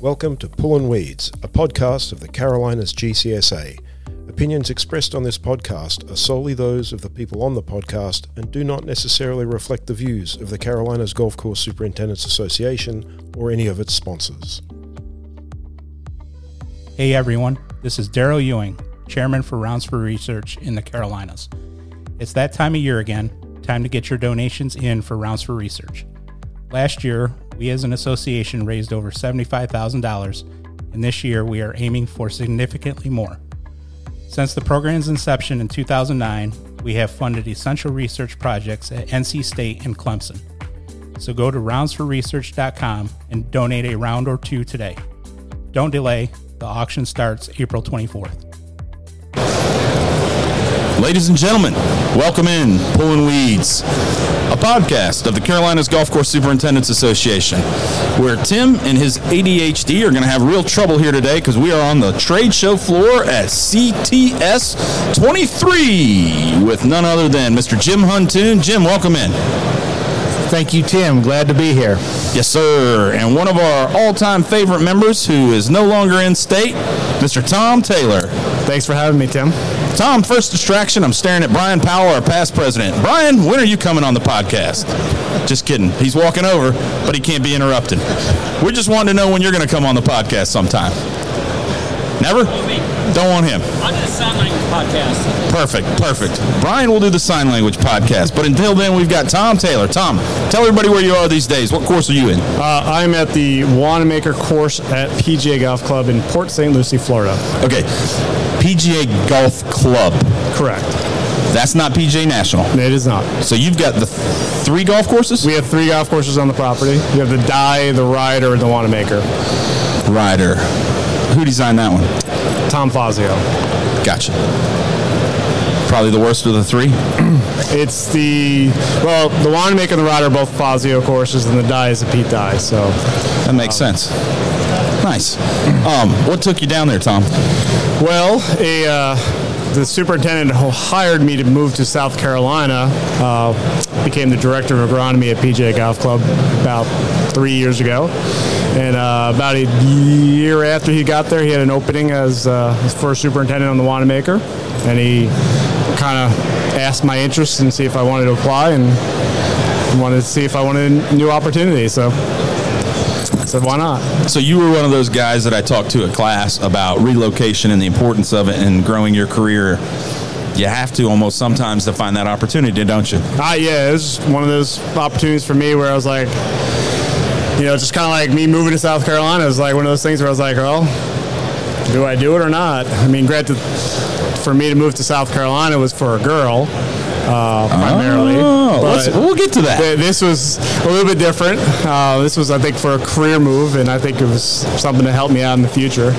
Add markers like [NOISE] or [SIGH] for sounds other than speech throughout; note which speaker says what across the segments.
Speaker 1: Welcome to Pulling Weeds, a podcast of the Carolinas GCSA. Opinions expressed on this podcast are solely those of the people on the podcast and do not necessarily reflect the views of the Carolinas Golf Course Superintendents Association or any of its sponsors.
Speaker 2: Hey everyone, this is Daryl Ewing, Chairman for Rounds for Research in the Carolinas. It's that time of year again, time to get your donations in for Rounds for Research. Last year, we as an association raised over $75,000, and this year we are aiming for significantly more. Since the program's inception in 2009, we have funded essential research projects at NC State and Clemson. So go to roundsforresearch.com and donate a round or two today. Don't delay, the auction starts April 24th.
Speaker 3: Ladies and gentlemen, welcome in Pulling Weeds, a podcast of the Carolinas Golf Course Superintendents Association, where Tim and his ADHD are going to have real trouble here today because we are on the trade show floor at CTS 23 with none other than Mr. Jim Huntoon. Jim, welcome in.
Speaker 4: Thank you, Tim. Glad to be here.
Speaker 3: Yes, sir. And one of our all time favorite members who is no longer in state, Mr. Tom Taylor.
Speaker 4: Thanks for having me, Tim.
Speaker 3: Tom, first distraction. I'm staring at Brian Powell, our past president. Brian, when are you coming on the podcast? Just kidding. He's walking over, but he can't be interrupted. We're just wanting to know when you're going to come on the podcast sometime. Never? Don't want him.
Speaker 5: I'm the sign language podcast.
Speaker 3: Perfect, perfect. Brian will do the sign language podcast, but until then, we've got Tom Taylor. Tom, tell everybody where you are these days. What course are you in?
Speaker 4: Uh, I'm at the Wanamaker course at PGA Golf Club in Port St. Lucie, Florida.
Speaker 3: Okay, PGA Golf Club.
Speaker 4: Correct.
Speaker 3: That's not PGA National.
Speaker 4: It is not.
Speaker 3: So you've got the three golf courses?
Speaker 4: We have three golf courses on the property. You have the Die, the Rider, and the Wanamaker.
Speaker 3: Rider. Who designed that one?
Speaker 4: Tom Fazio.
Speaker 3: Gotcha. Probably the worst of the three.
Speaker 4: It's the well, the Wanamaker and the Rider are both Fazio courses, and the Die is a Pete Die. So
Speaker 3: That makes sense. Nice. Um, what took you down there, Tom?
Speaker 4: Well, a, uh, the superintendent who hired me to move to South Carolina uh, became the director of agronomy at PJ Golf Club about three years ago. And uh, about a year after he got there, he had an opening as uh, his first superintendent on the Wanamaker. And he kind of asked my interest and see if I wanted to apply and wanted to see if I wanted a new opportunity. So I said, why not?
Speaker 3: So you were one of those guys that I talked to at class about relocation and the importance of it and growing your career. You have to almost sometimes to find that opportunity, don't you?
Speaker 4: Ah, yeah, it was one of those opportunities for me where I was like, you know, just kind of like me moving to South Carolina. It was like one of those things where I was like, well, do I do it or not? I mean, granted, for me to move to South Carolina was for a girl, uh, primarily.
Speaker 3: Oh, let's-
Speaker 4: but
Speaker 3: we'll get to that.
Speaker 4: th- This was a little bit different. Uh, this was, I think, for a career move, and I think it was something to help me out in the future.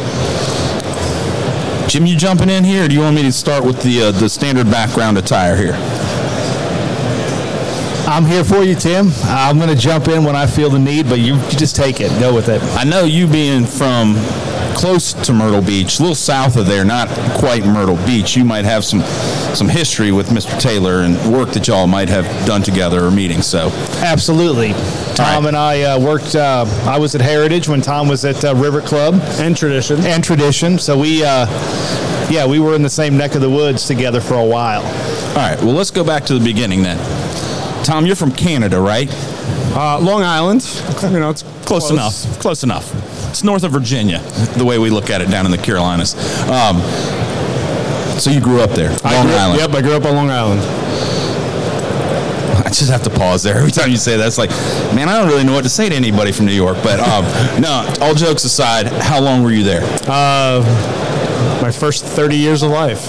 Speaker 3: Jim, you jumping in here? Or do you want me to start with the uh, the standard background attire here?
Speaker 6: I'm here for you, Tim. I'm going to jump in when I feel the need, but you, you just take it. Go with it.
Speaker 3: I know you being from close to Myrtle Beach, a little south of there, not quite Myrtle Beach. You might have some some history with Mr. Taylor and work that y'all might have done together or meetings. So
Speaker 6: Absolutely. Tom
Speaker 3: right.
Speaker 6: and I uh, worked, uh, I was at Heritage when Tom was at uh, River Club
Speaker 4: And tradition.
Speaker 6: and Tradition. So we, uh, yeah, we were in the same neck of the woods together for a while.
Speaker 3: All right. Well, let's go back to the beginning then. Tom, you're from Canada, right?
Speaker 4: Uh, Long Island, you know, it's
Speaker 3: Close, enough. Close enough. It's north of Virginia, the way we look at it down in the Carolinas. Um, so you grew up there, Long
Speaker 4: I grew,
Speaker 3: Island.
Speaker 4: Yep, I grew up on Long Island.
Speaker 3: [LAUGHS] I just have to pause there every time you say that. It's like, man, I don't really know what to say to anybody from New York. But
Speaker 4: [LAUGHS]
Speaker 3: um, no, all jokes aside, how long were you there?
Speaker 4: Uh, my first 30 years of life.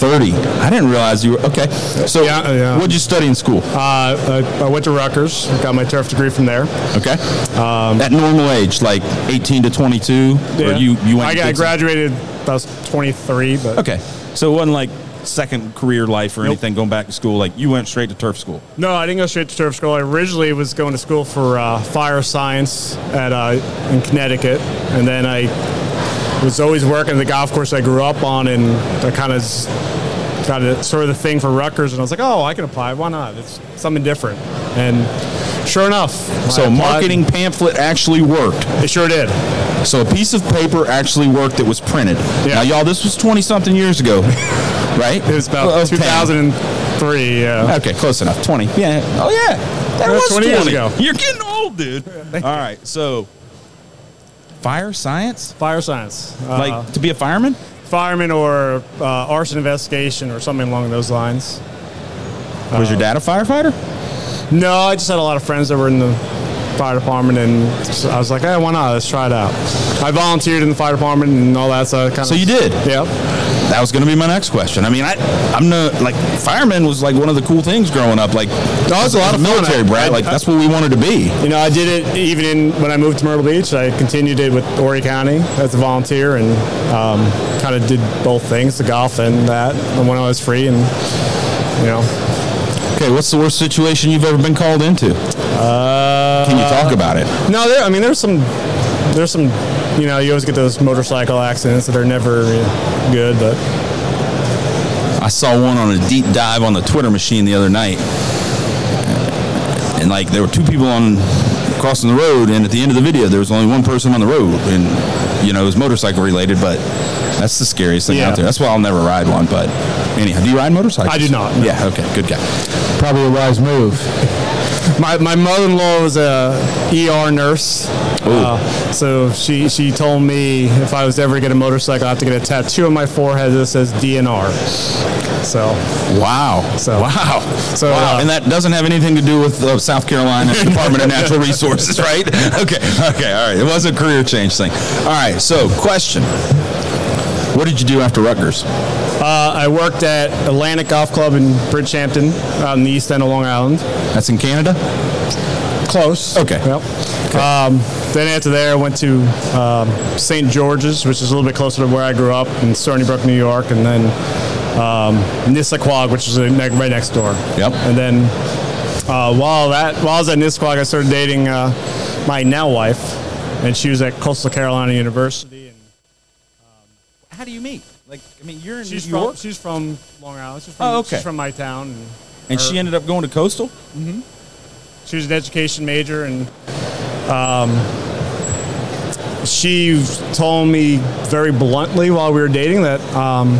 Speaker 3: Thirty. I didn't realize you were okay. So
Speaker 4: Yeah, yeah.
Speaker 3: what'd you study in school?
Speaker 4: Uh, I, I went to Rutgers, got my turf degree from there.
Speaker 3: Okay. Um, At normal age, like eighteen to twenty-two, or you you went. and
Speaker 4: I, got- I
Speaker 3: did some-
Speaker 4: graduated, I was 23, but
Speaker 3: Okay. So it wasn't like second career life or anything going back to school. Like you went straight to turf school.
Speaker 4: no, I didn't go straight to turf school. I originally was going to school for uh, fire science at uh, in Connecticut, and then I was always working at the golf course I grew up on, and I kind of got a, sort of the thing for Rutgers, and I was like, oh, I can apply. Why not? It's something different. And sure enough, I
Speaker 3: So
Speaker 4: applied.
Speaker 3: marketing pamphlet actually worked.
Speaker 4: It sure did.
Speaker 3: So a piece of paper actually worked that was printed.
Speaker 4: Yeah.
Speaker 3: Now, y'all, this was 20 something years ago, [LAUGHS] right?
Speaker 4: It was about
Speaker 3: Well, Uh, of 10.
Speaker 4: 2003. Yeah.
Speaker 3: Okay, close enough. 20. Yeah. Oh, yeah. That
Speaker 4: Yeah,
Speaker 3: was 20,
Speaker 4: 20 years ago.
Speaker 3: You're getting old, dude. All right, so fire science?
Speaker 4: Fire science. Uh,
Speaker 3: like to be a fireman?
Speaker 4: fireman or uh, arson investigation or something along those lines.
Speaker 3: was
Speaker 4: Uh-huh.
Speaker 3: your dad a firefighter?
Speaker 4: No, I just had a lot of friends that were in the fire department, and so I was like, hey, why not? Let's try it out. I volunteered in the fire department and all that, so I kind
Speaker 3: So
Speaker 4: of.
Speaker 3: you did.
Speaker 4: Yeah.
Speaker 3: That was going to be my next question. I mean, I, I'm no like fireman was like one of the cool things growing up. Like, that was a lot of military, Brad. Like that's what we wanted to be.
Speaker 4: You know, I did it even in when I moved to Myrtle Beach. I continued it with Horry County as a volunteer and um, kind of did both things, the golf and that, and when I was free. And, you know,
Speaker 3: Okay, what's the worst situation you've ever been called into?
Speaker 4: uh,
Speaker 3: Can you talk about it?
Speaker 4: No, there. I mean, there's some, there's some. You know, you always get those motorcycle accidents that are never uh, good, but
Speaker 3: I saw one on a deep dive on the Twitter machine the other night, and like there were two people on crossing the road, and at the end of the video there was only one person on the road, and you know it was motorcycle related, but that's the scariest thing
Speaker 4: Yeah.
Speaker 3: out there. That's why I'll never ride one. But anyhow, do you ride motorcycles?
Speaker 4: I do not, no.
Speaker 3: Yeah. Okay. Good guy.
Speaker 2: Probably a wise move.
Speaker 4: my, my mother-in-law was a ER nurse, uh, so she she told me if I was ever to get a motorcycle, I have to get a tattoo on my forehead that says DNR. So
Speaker 3: Wow.
Speaker 4: So-
Speaker 3: wow.
Speaker 4: so,
Speaker 3: wow.
Speaker 4: uh,
Speaker 3: and that doesn't have anything to do with uh, South [LAUGHS] Carolina Department of Natural Resources, right? [LAUGHS] Okay. Okay. All right. It was a career change thing. All right. So, question. What did you do after Rutgers?
Speaker 4: uh, I worked at Atlantic Golf Club in Bridgehampton, out in the East End of Long Island.
Speaker 3: That's in Canada?
Speaker 4: Close.
Speaker 3: Okay.
Speaker 4: Yep. Um, then after there, I went to um, St. George's, which is a little bit closer to where I grew up in Stony Brook, New York, and then um, Nissaquag, which is uh, ne- right next door.
Speaker 3: Yep.
Speaker 4: And then uh, while that while I was at Nissaquag, I started dating uh, my now wife, and she was at Coastal Carolina University. And
Speaker 7: How do you meet? Like, I mean, you're in
Speaker 4: she's
Speaker 7: New York,
Speaker 4: from she's from Long Island. She's from,
Speaker 3: Oh, okay.
Speaker 4: She's from my town. And,
Speaker 3: And she ended up going to Coastal?
Speaker 4: she was an education major and um, she told me very bluntly while we were dating that um,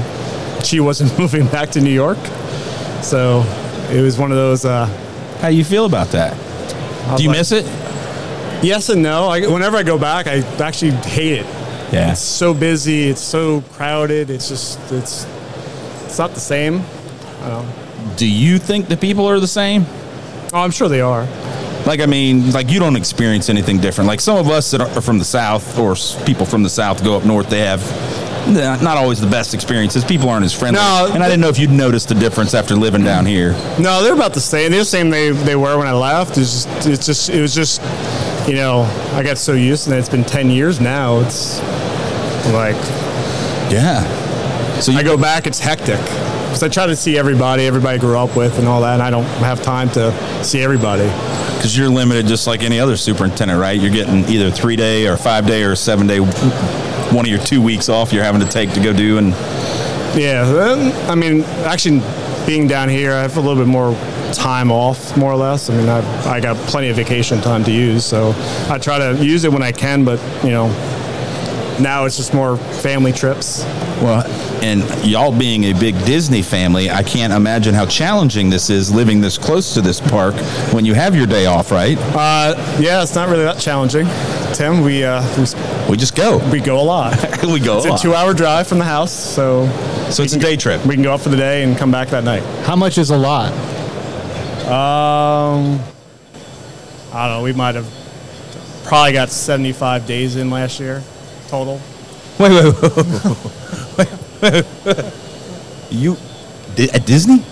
Speaker 4: she wasn't [LAUGHS] moving back to new york so it was one of those uh,
Speaker 3: How you feel about that? Do you
Speaker 4: like-
Speaker 3: miss it?
Speaker 4: yes and no I, whenever i go back i actually hate it
Speaker 3: Yeah.
Speaker 4: it's so busy it's so crowded it's just it's it's not the same
Speaker 3: Do you think the people are the same?
Speaker 4: oh i'm sure they are
Speaker 3: Like, I mean, like you don't experience anything different. Like some of us that are from the South or s- people from the South go up north, they have n- not always the best experiences. People aren't as friendly.
Speaker 4: No,
Speaker 3: and I didn't know if you'd noticed the difference after living down here.
Speaker 4: No, they're about the same. They're the same they, they were when I left. It's just, it's just it was just you know I got so used to it. It's been ten years now. It's like
Speaker 3: Yeah. So you,
Speaker 4: I go back, it's hectic. Because I try to see everybody, everybody I grew up with, and all that. And I don't have time to see everybody.
Speaker 3: Because you're limited just like any other superintendent, right? You're getting either three day or five day or seven day, one of your two weeks off you're having to take to go do. And
Speaker 4: Yeah, then, I mean, actually, being down here, I have a little bit more time off, more or less. I mean, I I got plenty of vacation time to use, so I try to use it when I can. But you know, now it's just more family trips.
Speaker 3: well, and y'all being a big Disney family, I can't imagine how challenging this is living this close to this park when you have your day off, right?
Speaker 4: Uh, yeah, it's not really that challenging, Tim. We uh, we, s-
Speaker 3: We just go. [LAUGHS]
Speaker 4: we go a [LAUGHS] lot. it's
Speaker 3: We go.
Speaker 4: a two-hour drive from the house, so
Speaker 3: so it's a day trip.
Speaker 4: we can go out for the day and come back that night.
Speaker 2: How much is a lot?
Speaker 4: Um, I don't know. We might have probably got 75 days in last year total.
Speaker 3: Wait, wait, wait, wait, wait. you di- at Disney?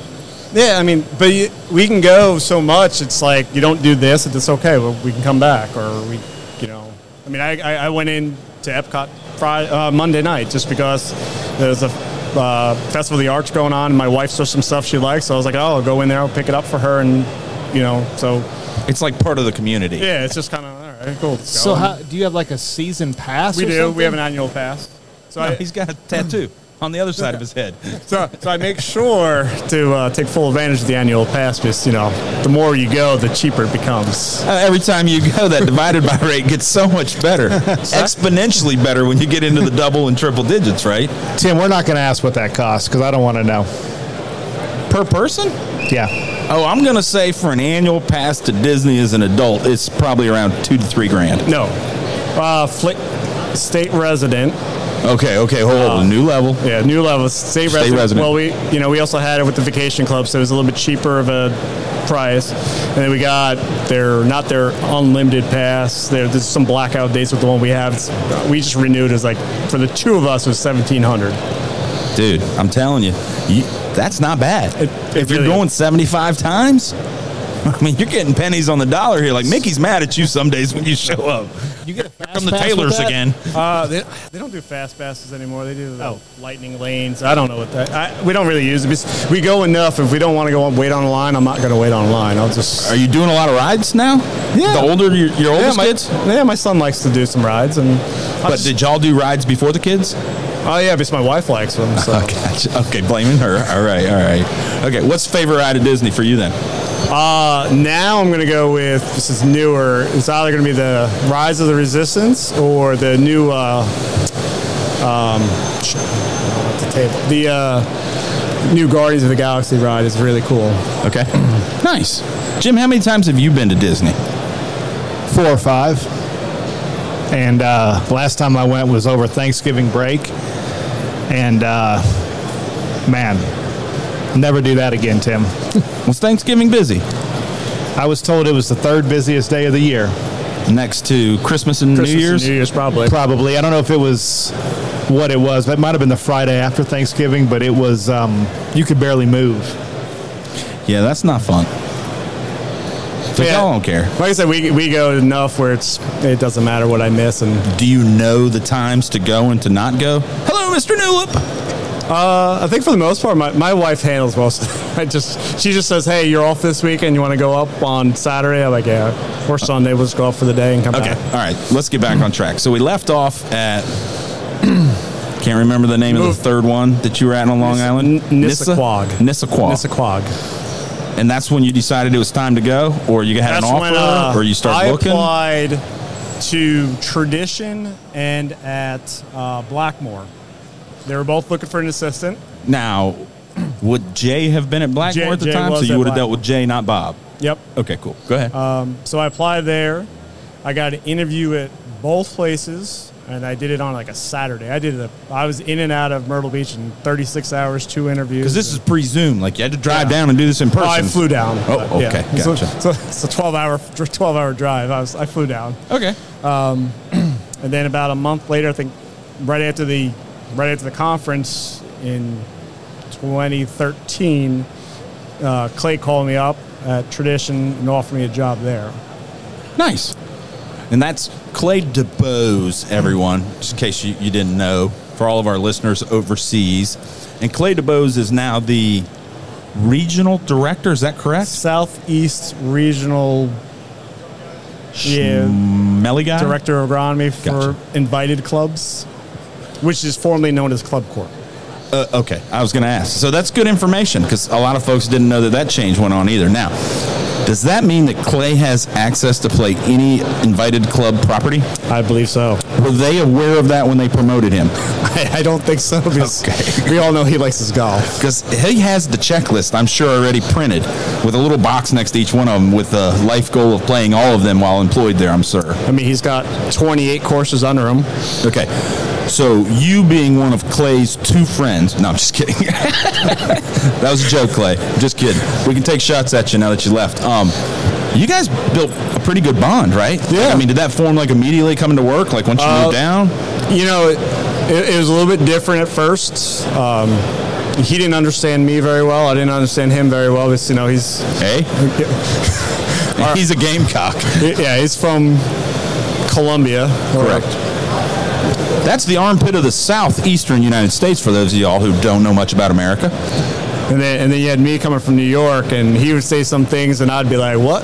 Speaker 4: Yeah, I mean, but you, we can go so much. It's like you don't do this, and it's okay. Well, we can come back, or we, you know. I mean, I, I, I went in to Epcot Friday, uh, Monday night just because there's a uh, festival of the arts going on, and my wife saw some stuff she likes. So I was like, oh, I'll go in there, I'll pick it up for her, and you know. So
Speaker 3: It's like part of the community. [LAUGHS]
Speaker 4: yeah, it's just kind of all right, cool. let's go.
Speaker 2: So
Speaker 8: Um,
Speaker 2: how, do you have like a season pass?
Speaker 4: we
Speaker 2: or
Speaker 4: do.
Speaker 2: something?
Speaker 4: We have an annual pass. So I,
Speaker 3: He's got a tattoo. on the other side of his [LAUGHS] head.
Speaker 8: So, so I make sure to uh, take full advantage of the annual pass because you know the more you go, the cheaper it becomes.
Speaker 3: Uh, every time you go, that divided by rate gets so much [LAUGHS] better, exponentially better when you get into the double and triple digits, right?
Speaker 4: Tim, we're not going to ask what that costs because I don't want to know.
Speaker 3: Per person?
Speaker 4: Yeah.
Speaker 3: Oh, I'm gonna say for an annual pass to Disney as an adult, it's probably around two to three grand.
Speaker 8: No, uh, fli- state resident.
Speaker 3: Okay, okay, hold on. Uh, New level.
Speaker 8: Yeah, new level state, resident.
Speaker 3: resident.
Speaker 8: Well, we you know we also had it with the vacation club, so it was a little bit cheaper of a price. And then we got their not their unlimited pass. There, there's some blackout dates with the one we have. It's, we just renewed as like for the two of us it was seventeen hundred.
Speaker 3: Dude, I'm telling you, you that's not bad.
Speaker 8: it
Speaker 3: if you're
Speaker 8: really
Speaker 3: going 75 times, [LAUGHS] I mean, you're getting pennies on the dollar here. Like Mickey's mad at you some days when you show up.
Speaker 2: You get a fast
Speaker 3: From the
Speaker 2: pass with
Speaker 3: Taylors
Speaker 2: that?
Speaker 3: again.
Speaker 8: Uh, they, they don't do fast passes anymore. They do the lightning lanes. Oh. I don't know what that. I, we don't really use it. It's- We go enough. If we don't want to go on, wait on a line, I'm not going to wait on a line. I'll just.
Speaker 3: Are you doing a lot of rides now?
Speaker 8: Yeah.
Speaker 3: The older your, your
Speaker 8: yeah,
Speaker 3: oldest
Speaker 8: my,
Speaker 3: kids.
Speaker 8: yeah, my son likes to do some rides, and I'll
Speaker 3: But
Speaker 8: just-
Speaker 3: did y'all do rides before the kids? [LAUGHS]
Speaker 8: oh yeah, because my wife likes them. So
Speaker 3: Oh, gotcha. Okay, blaming her. All right, all right. Okay, what's favorite ride at Disney for you then?
Speaker 8: uh, now I'm going to go with this is newer. It's either going to be the Rise of the Resistance or the new uh, um, sh- at the table. The uh, new Guardians of the Galaxy ride is really cool.
Speaker 3: Okay. [CLEARS THROAT] nice. Jim, how many times have you been to Disney?
Speaker 4: Four or five. And uh, last time I went was over Thanksgiving break. And uh, man, never do that again, Tim.
Speaker 3: Was Thanksgiving busy?
Speaker 4: I was told it was the third busiest day of the year.
Speaker 3: Next to Christmas and
Speaker 8: Christmas
Speaker 3: New
Speaker 8: and
Speaker 3: Year's?
Speaker 8: New Year's probably.
Speaker 4: Probably. I don't know if it was what it was. That might have been the Friday after Thanksgiving, but it was, um, you could barely move.
Speaker 3: Yeah, that's not fun. But
Speaker 8: Yeah.
Speaker 3: y'all don't care.
Speaker 8: Like I said, we, we go enough where it's it doesn't matter what I miss, and
Speaker 3: Do you know the times to go and to not go? Hello, Mr. Newlip.
Speaker 8: uh, I think for the most part, my, my wife handles most. [LAUGHS] I just she just says, "Hey, you're off this weekend. You want to go up on Saturday?" I'm like, "Yeah," or Sunday. We'll just go up for the day and come
Speaker 3: Okay,
Speaker 8: back.
Speaker 3: all right. Let's get back on track. So we left off at. [CLEARS THROAT] Can't remember the name of
Speaker 8: Move.
Speaker 3: the third one that you were at on Long Island.
Speaker 8: N- Nissaquag.
Speaker 3: Nissaquag.
Speaker 8: Nissaquag.
Speaker 3: And that's when you decided it was time to go, or you had an offer, or you started
Speaker 8: uh, I
Speaker 3: looking.
Speaker 8: applied to Tradition and at uh, Blackmore. They were both looking for an assistant.
Speaker 3: Now, would Jay have been at Blackmore
Speaker 8: Jay-
Speaker 3: at the
Speaker 8: Jay
Speaker 3: time? So
Speaker 8: was
Speaker 3: you
Speaker 8: at
Speaker 3: would have
Speaker 8: Black-
Speaker 3: dealt with Jay, not Bob.
Speaker 8: Yep. Uh,
Speaker 3: Okay, cool. Go ahead.
Speaker 8: So I applied there. I got an interview at both places, and I did it on like a Saturday. I did it. I was in and out of Myrtle Beach in 36 hours, two interviews.
Speaker 3: Because this is pre-Zoom. Like you had to drive
Speaker 8: Yeah.
Speaker 3: down and do this in
Speaker 8: Oh,
Speaker 3: person.
Speaker 8: I flew down.
Speaker 3: Oh,
Speaker 8: Yeah.
Speaker 3: okay,
Speaker 8: So-
Speaker 3: gotcha.
Speaker 8: So, it's a 12 hour 12 hour drive. I was I flew down,
Speaker 3: Okay.
Speaker 8: and then about a month later, I think right after the right after the conference in 2013, uh, Clay called me up at Tradition and offered me a job there.
Speaker 3: Nice. And that's Clay DeBose, everyone, just in case you, you didn't know, for all of our listeners overseas. And Clay DeBose is now the regional director. Is that correct?
Speaker 8: Southeast Regional. Yeah.
Speaker 3: Melly guy?
Speaker 8: director of agronomy for
Speaker 3: Gotcha.
Speaker 8: invited clubs, which is formerly known as Club Corp.
Speaker 3: Uh, okay, I was going to ask. So that's good information because a lot of folks didn't know that that change went on either. Now, does that mean that Clay has access to play any invited club property?
Speaker 8: I believe so.
Speaker 3: Were they aware of that when they promoted him?
Speaker 8: [LAUGHS] I, I don't think so because
Speaker 3: Okay.
Speaker 8: [LAUGHS] we all know he likes his golf.
Speaker 3: Because he has the checklist, I'm sure, already printed with a little box next to each one of them with the life goal of playing all of them while employed there, I'm sure.
Speaker 8: I mean, he's got 28 courses under him.
Speaker 3: Okay. So, you being one of Clay's two friends. No, I'm just kidding. [LAUGHS] that was a joke, Clay. Just kidding. We can take shots at you now that you left. Um, you guys built a pretty good bond, right?
Speaker 8: Yeah.
Speaker 3: I mean, did that form like immediately coming to work? Like once you moved down?
Speaker 8: You know, it, it, it was a little bit different at first. Um, he didn't understand me very well. I didn't understand him very well because, you know, he's
Speaker 3: Hey? He's a gamecock.
Speaker 8: yeah, he's from Colombia. or-
Speaker 3: That's the armpit of the southeastern United States for those of y'all who don't know much about America.
Speaker 8: And then, and then you had me coming from New York, and he would say some things, and I'd be like, "What?"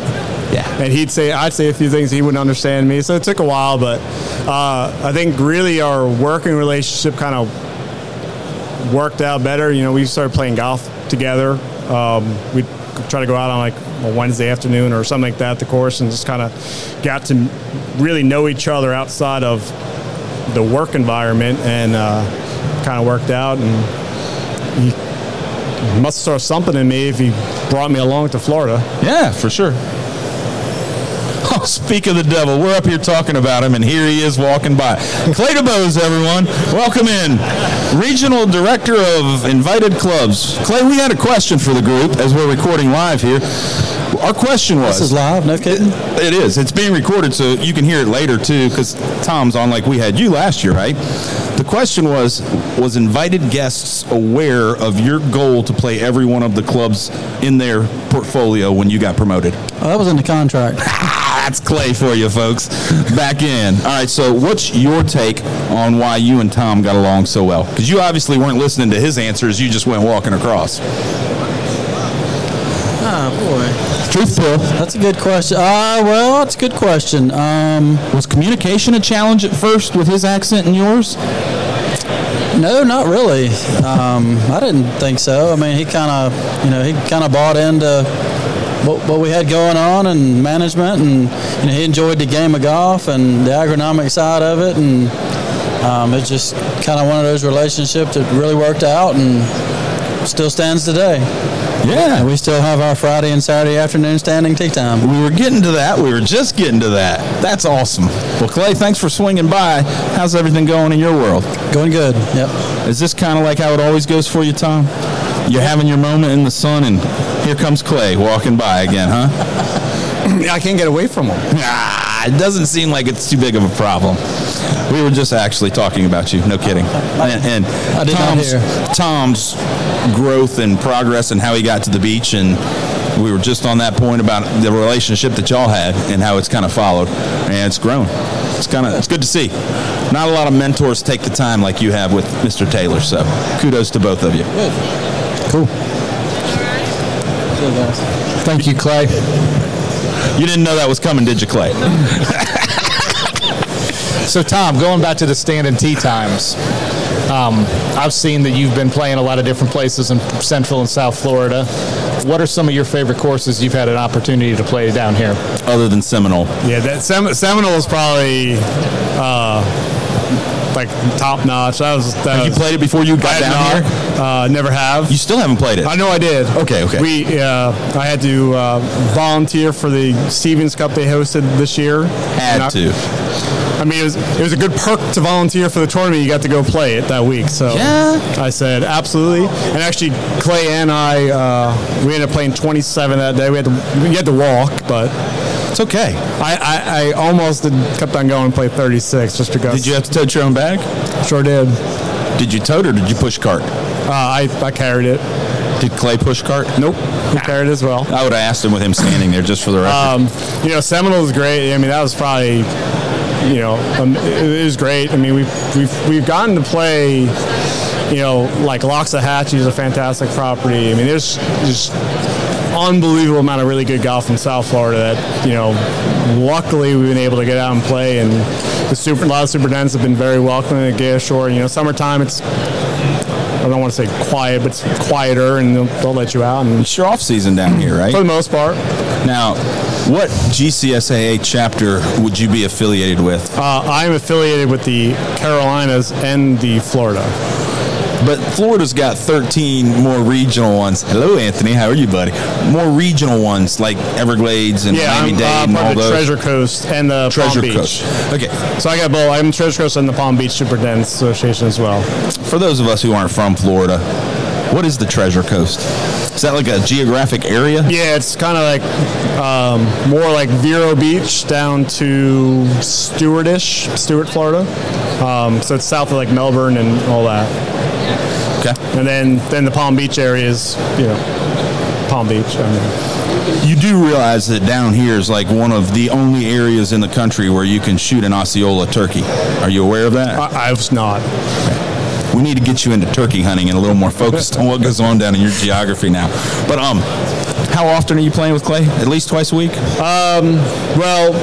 Speaker 3: Yeah.
Speaker 8: [LAUGHS] and he'd say I'd say a few things he wouldn't understand me. So it took a while, but uh, I think really our working relationship kind of worked out better. You know, we started playing golf together. Um, we try to go out on like a Wednesday afternoon or something like that, the course, and just kind of got to really know each other outside of the work environment and uh, kind of worked out. And he must saw something in me if he brought me along to Florida.
Speaker 3: Yeah, for sure. [LAUGHS] Oh, speak of the devil, we're up here talking about him, and here he is walking
Speaker 5: [LAUGHS]
Speaker 3: by. Clay DeBose, everyone, welcome in. Regional Director of Invited Clubs. Clay, we had a question for the group as we're recording live here. Our question was:
Speaker 5: This is live, no kidding.
Speaker 3: It is. It's being recorded, so you can hear it later too. Because Tom's on, like we had you last year, right? The question was: Was invited guests aware of your goal to play every one of the clubs in their portfolio when you got promoted?
Speaker 5: Oh, that was in the contract.
Speaker 3: [LAUGHS] That's clay for you, folks. Back in. All right. So, what's your take on why you and Tom got along so well? Because you obviously weren't listening to his answers; you just went walking across.
Speaker 5: Oh
Speaker 3: Truth,
Speaker 5: boy,
Speaker 3: Bill.
Speaker 5: that's a good question. Uh, well, that's a good question. Um,
Speaker 3: Was communication a challenge at first with his accent and yours?
Speaker 5: no, not really. Um, I didn't think so. I mean, he kind of, you know, he kind of bought into what, what we had going on and management, and you know, he enjoyed the game of golf and the agronomic side of it, and um, it's just kind of one of those relationships that really worked out and still stands today.
Speaker 3: Yeah.
Speaker 5: And we still have our Friday and Saturday afternoon standing tea time.
Speaker 3: We were getting to that. We were just getting to that. That's awesome. Well, Clay, thanks for swinging by. How's everything going in your world?
Speaker 5: Going good. Yep.
Speaker 3: Is this kind of like how it always goes for you, Tom? You're having your moment in the sun, and here comes Clay walking by again, huh?
Speaker 9: I can't get away from them.
Speaker 3: Ah, it doesn't seem like it's too big of a problem. We were just actually talking about you. No kidding. And, and
Speaker 5: I did not
Speaker 3: Tom's,
Speaker 5: hear.
Speaker 3: Tom's growth and progress and how he got to the beach, and we were just on that point about the relationship that y'all had and how it's kind of followed, and it's grown. It's kind of it's good to see. Not a lot of mentors take the time like you have with Mr. Taylor, so kudos to both of you.
Speaker 5: Good, guys.
Speaker 4: Thank you, Clay.
Speaker 3: You didn't know that was coming, did you, Clay?
Speaker 4: So, Tom, going back to the stand and tea times, um, I've seen that you've been playing a lot of different places in Central and South Florida. What are some of your favorite courses you've had an opportunity to play down here?
Speaker 3: Other than Seminole,
Speaker 8: Yeah, that Sem- Seminole is probably uh, like top notch. That was that
Speaker 3: you
Speaker 8: was,
Speaker 3: played it before you
Speaker 8: I
Speaker 3: got
Speaker 8: had
Speaker 3: down
Speaker 8: not,
Speaker 3: here.
Speaker 8: Uh, never have.
Speaker 3: You still haven't played it.
Speaker 8: I know I did.
Speaker 3: Okay, okay.
Speaker 8: We uh, I had to uh, volunteer for the Stevens Cup they hosted this year. And I-
Speaker 3: had to.
Speaker 8: I mean, it was it was a good perk to volunteer for the tournament. You got to go play it that week. So
Speaker 3: Yeah.
Speaker 8: I said absolutely. And actually, Clay and I uh, we ended up playing 27 that day. We had to we had to walk, but
Speaker 3: It's okay.
Speaker 8: I, I, I almost did, kept on going and played 36 just because.
Speaker 3: Did you have to tote your own bag?
Speaker 8: Sure did.
Speaker 3: Did you tote or did you push cart?
Speaker 8: Uh, I, I carried it.
Speaker 3: Did Clay push cart?
Speaker 8: Nope.
Speaker 3: Ah.
Speaker 8: I carried it as well.
Speaker 3: I would have asked him with him standing there just for the record.
Speaker 8: Um, you know, Seminole is great. I mean, that was probably, you know, um, it, it was great. I mean, we've, we've, we've gotten to play, you know, like Loxahatchee is a fantastic property. I mean, there's just unbelievable amount of really good golf in South Florida that, you know, luckily we've been able to get out and play. And the super, a lot of superintendents have been very welcoming at Gay Shore. You know, summertime, it's, I don't want to say quiet, but it's quieter and they'll, they'll let you out. And
Speaker 3: it's your off season down here, right?
Speaker 8: for the most part,
Speaker 3: Now, what GCSAA chapter would you be affiliated with?
Speaker 8: Uh, I'm affiliated with the Carolinas and the Florida.
Speaker 3: But Florida's got 13 more regional ones. Hello, Anthony. How are you, buddy? More regional ones like Everglades and
Speaker 8: Yeah,
Speaker 3: Miami
Speaker 8: I'm
Speaker 3: Dade
Speaker 8: uh,
Speaker 3: and all
Speaker 8: part of the
Speaker 3: those.
Speaker 8: Treasure Coast and the
Speaker 3: Treasure
Speaker 8: Palm Beach.
Speaker 3: Coast. Okay,
Speaker 8: So I got both. I'm Treasure Coast and the Palm Beach Superintendents Association as well.
Speaker 3: For those of us who aren't from Florida, what is the Treasure Coast? Is that like a geographic area?
Speaker 8: Yeah, it's kind of like um, more like Vero Beach down to Stewartish, Stewart, Florida. Um, so it's south of like Melbourne and all that.
Speaker 3: Okay.
Speaker 8: And then then the Palm Beach area is you know Palm Beach. I mean,
Speaker 3: You do realize that down here is like one of the only areas in the country where you can shoot an Osceola turkey. Are you aware of that?
Speaker 8: I, I was not.
Speaker 3: we need to get you into turkey hunting and a little more focused on what goes on down in your geography now. But um, how often are you playing with Clay? At least twice a week.
Speaker 8: Well,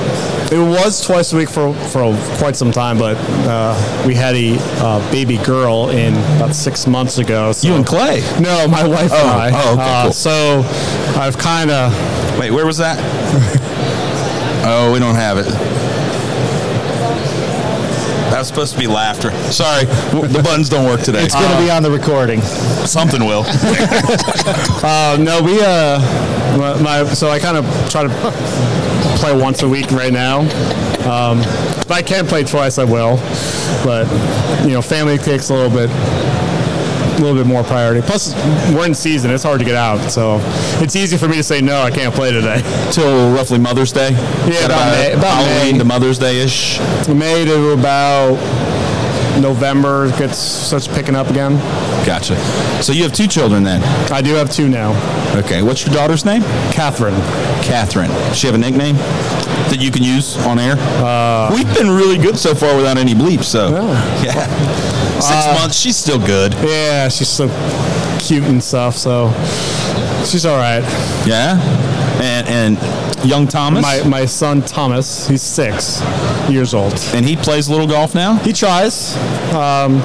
Speaker 8: It was twice a week for, for quite some time, but uh, we had a uh, baby girl in about six months ago. So.
Speaker 3: You and Clay?
Speaker 8: No, my wife
Speaker 3: Oh,
Speaker 8: and I.
Speaker 3: oh, okay,
Speaker 8: Uh,
Speaker 3: cool.
Speaker 8: So I've kind of
Speaker 3: Wait, where was that? oh, we don't have it. That was supposed to be laughter. Sorry, w- the buttons don't work today. Uh,
Speaker 4: It's going to be on the recording.
Speaker 3: Something will.
Speaker 8: Uh, no, we uh, my, my so I kind of try to play once a week right now. Um, if I can play twice, I will. But you know, family takes a little bit, a little bit more priority. Plus, we're in season; it's hard to get out, so it's easy for me to say no. I can't play today.
Speaker 3: Till roughly Mother's Day. Is that
Speaker 8: about May- about
Speaker 3: Halloween
Speaker 8: May.
Speaker 3: to Mother's Day ish.
Speaker 8: May to about November gets starts picking up again.
Speaker 3: Gotcha. So you have two children then.
Speaker 8: I do have two now.
Speaker 3: Okay. What's your daughter's name?
Speaker 8: Catherine.
Speaker 3: Catherine. Does she have a nickname that you can use on air?
Speaker 8: Uh,
Speaker 3: We've been really good so far without any bleeps. So yeah, six
Speaker 8: Uh,
Speaker 3: months. She's still good.
Speaker 8: Yeah, she's so cute and stuff. So she's all right.
Speaker 3: Yeah. And and young Thomas.
Speaker 8: My my son Thomas, he's six years old.
Speaker 3: and he plays a little golf now.
Speaker 8: He tries. Um,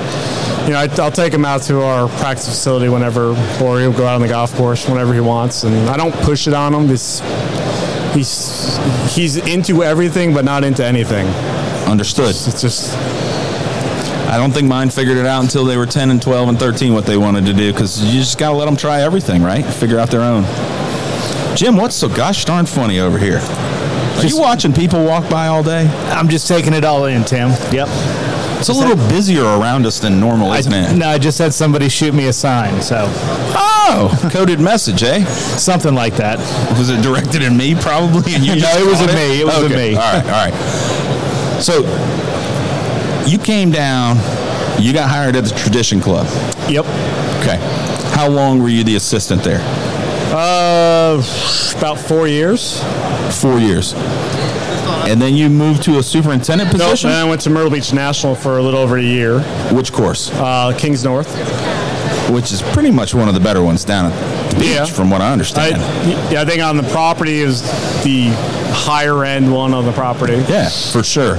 Speaker 8: you know, I, I'll take him out to our practice facility whenever, or he'll go out on the golf course whenever he wants, and I don't push it on him. This he's he's into everything, but not into anything.
Speaker 3: Understood.
Speaker 8: It's just
Speaker 3: I don't think mine figured it out until they were 10 and 12 and 13 what they wanted to do because you just got to let them try everything, right? Figure out their own. Jim, what's so gosh darn funny over here? Are you watching people walk by all day?
Speaker 4: I'm just taking it all in, Tim. Yep.
Speaker 3: It's a little busier around us than normal, isn't
Speaker 4: I,
Speaker 3: it?
Speaker 4: No, I just had somebody shoot me a sign, so
Speaker 3: Oh, [LAUGHS] coded message, eh?
Speaker 4: something like that.
Speaker 3: Was it directed at me, probably? And you
Speaker 4: [LAUGHS] No,
Speaker 3: just
Speaker 4: it was
Speaker 3: caught
Speaker 4: at me. It was at
Speaker 3: Okay.
Speaker 4: me.
Speaker 3: All right, all right. So you came down. You got hired at the Tradition Club.
Speaker 8: yep.
Speaker 3: Okay. How long were you the assistant there?
Speaker 8: Uh, about four years.
Speaker 3: four years. And then you moved to a superintendent
Speaker 8: Nope.
Speaker 3: position?
Speaker 8: Then I went to Myrtle Beach National for a little over a year.
Speaker 3: Which course?
Speaker 8: Uh, Kings North.
Speaker 3: Which is pretty much one of the better ones down at the beach,
Speaker 8: Yeah.
Speaker 3: from what I
Speaker 8: I,
Speaker 3: understand.
Speaker 8: yeah, I think on the property is the higher end one on the property.
Speaker 3: yeah, for sure.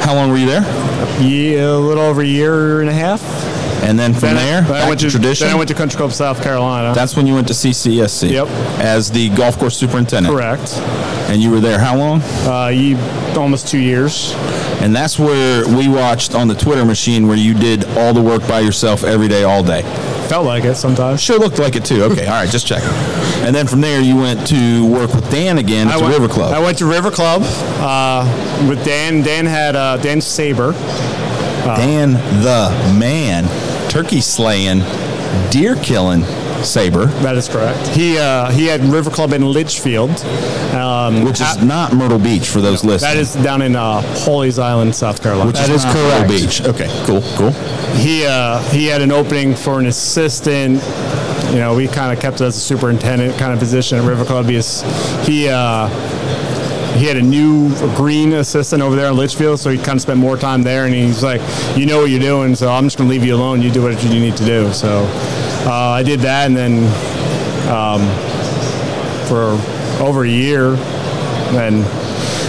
Speaker 3: How long were you there?
Speaker 8: Yeah, a little over a year and a half.
Speaker 3: And then from there,
Speaker 8: I
Speaker 3: back
Speaker 8: went
Speaker 3: to, tradition.
Speaker 8: Then I went to Country Club South Carolina.
Speaker 3: That's when you went to CCSC
Speaker 8: Yep.
Speaker 3: E as the golf course superintendent.
Speaker 8: correct.
Speaker 3: And you were there how long?
Speaker 8: Uh, you almost two years.
Speaker 3: And that's where we watched on the Twitter machine where you did all the work by yourself every day, all day.
Speaker 8: Felt like it sometimes.
Speaker 3: Sure looked like it too. Okay, all right, just checking. And then from there, you went to work with Dan again at the
Speaker 8: went,
Speaker 3: River Club.
Speaker 8: I went to River Club uh, with Dan. Dan had uh, Dan Saber.
Speaker 3: Dan the man, turkey slaying, deer killing, saber,
Speaker 8: That is correct. He uh, he had River Club in Litchfield, um,
Speaker 3: which is not Myrtle Beach for those listening.
Speaker 8: that is down in uh, Holy's Island, South Carolina.
Speaker 3: which
Speaker 4: is
Speaker 3: not
Speaker 4: correct.
Speaker 3: Myrtle Beach. Okay, cool, cool.
Speaker 8: he uh, he had an opening for an assistant. You know, we kind of kept it as a superintendent kind of position at River Club. He is- he, uh, he had a new green assistant over there in Litchfield, so he kind of spent more time there. And he's like, "You know what you're doing, so I'm just going to leave you alone. You do what you need to do." So uh, I did that, and then um, for over a year, and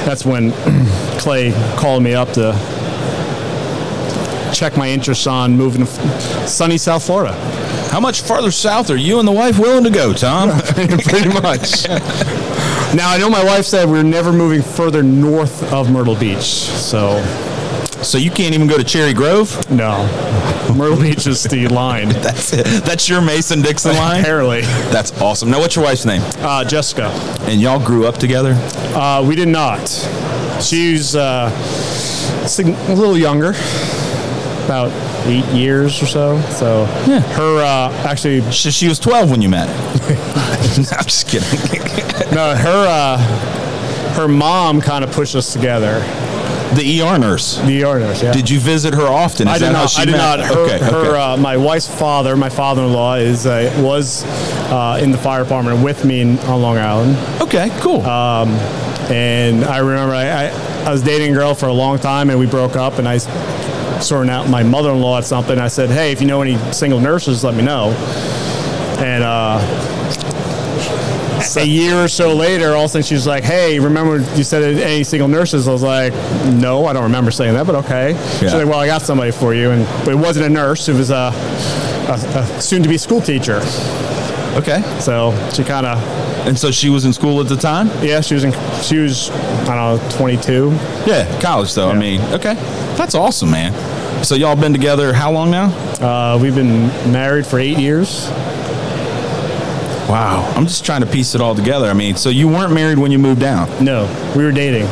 Speaker 8: that's when [CLEARS THROAT] Clay called me up to check my interests on moving to f- sunny South Florida.
Speaker 3: How much farther south are you and the wife willing to go, [LAUGHS] Tom?
Speaker 8: Pretty much. now, I know my wife said we're never moving further north of Myrtle Beach, so
Speaker 3: so you can't even go to Cherry Grove?
Speaker 8: no. [LAUGHS] Myrtle Beach is the line,
Speaker 3: That's it. That's your Mason [LAUGHS] Dixon [LAUGHS] line?
Speaker 8: apparently.
Speaker 3: That's awesome. Now, what's your wife's name?
Speaker 8: Uh, Jessica.
Speaker 3: And y'all grew up together?
Speaker 8: Uh, we did not. She's uh, sig- a little younger, about eight years or so. So her uh, actually
Speaker 3: She, she was 12 when you met. No, [LAUGHS] I'm just kidding.
Speaker 8: no her uh, her mom kind of pushed us together.
Speaker 3: The ER nurse.
Speaker 8: The orders, yeah.
Speaker 3: Did you visit her often? Is
Speaker 8: I did
Speaker 3: that how
Speaker 8: not.
Speaker 3: she
Speaker 8: I did
Speaker 3: met?
Speaker 8: not. Her,
Speaker 3: okay,
Speaker 8: her,
Speaker 3: okay.
Speaker 8: Uh, my wife's father, my father-in-law, is uh, was uh, in the fire department with me in, on Long Island,
Speaker 3: okay, cool.
Speaker 8: and I remember I, I, I was dating a girl for a long time, and we broke up, and I s- sorting out my mother-in-law at something. I said, "Hey, if you know any single nurses, let me know," and. Uh, a year or so later, all of a sudden she's like, "Hey, remember you said it, any single nurses?" I was like, "No, I don't remember saying that, but okay." She's
Speaker 3: Yeah.
Speaker 8: like, "Well, I got somebody for you," and but it wasn't a nurse; it was a, a, a soon-to-be school teacher.
Speaker 3: Okay.
Speaker 8: So she kind of,
Speaker 3: And so she was in school at the time?
Speaker 8: yeah, she was in, she was, I don't know, 22.
Speaker 3: Yeah, college though. I mean, okay. That's awesome, man. So y'all been together how long now?
Speaker 8: Uh, we've been married for eight years.
Speaker 3: Wow. I'm just trying to piece it all together. I mean, so you weren't married when you moved down.
Speaker 8: No, we were dating.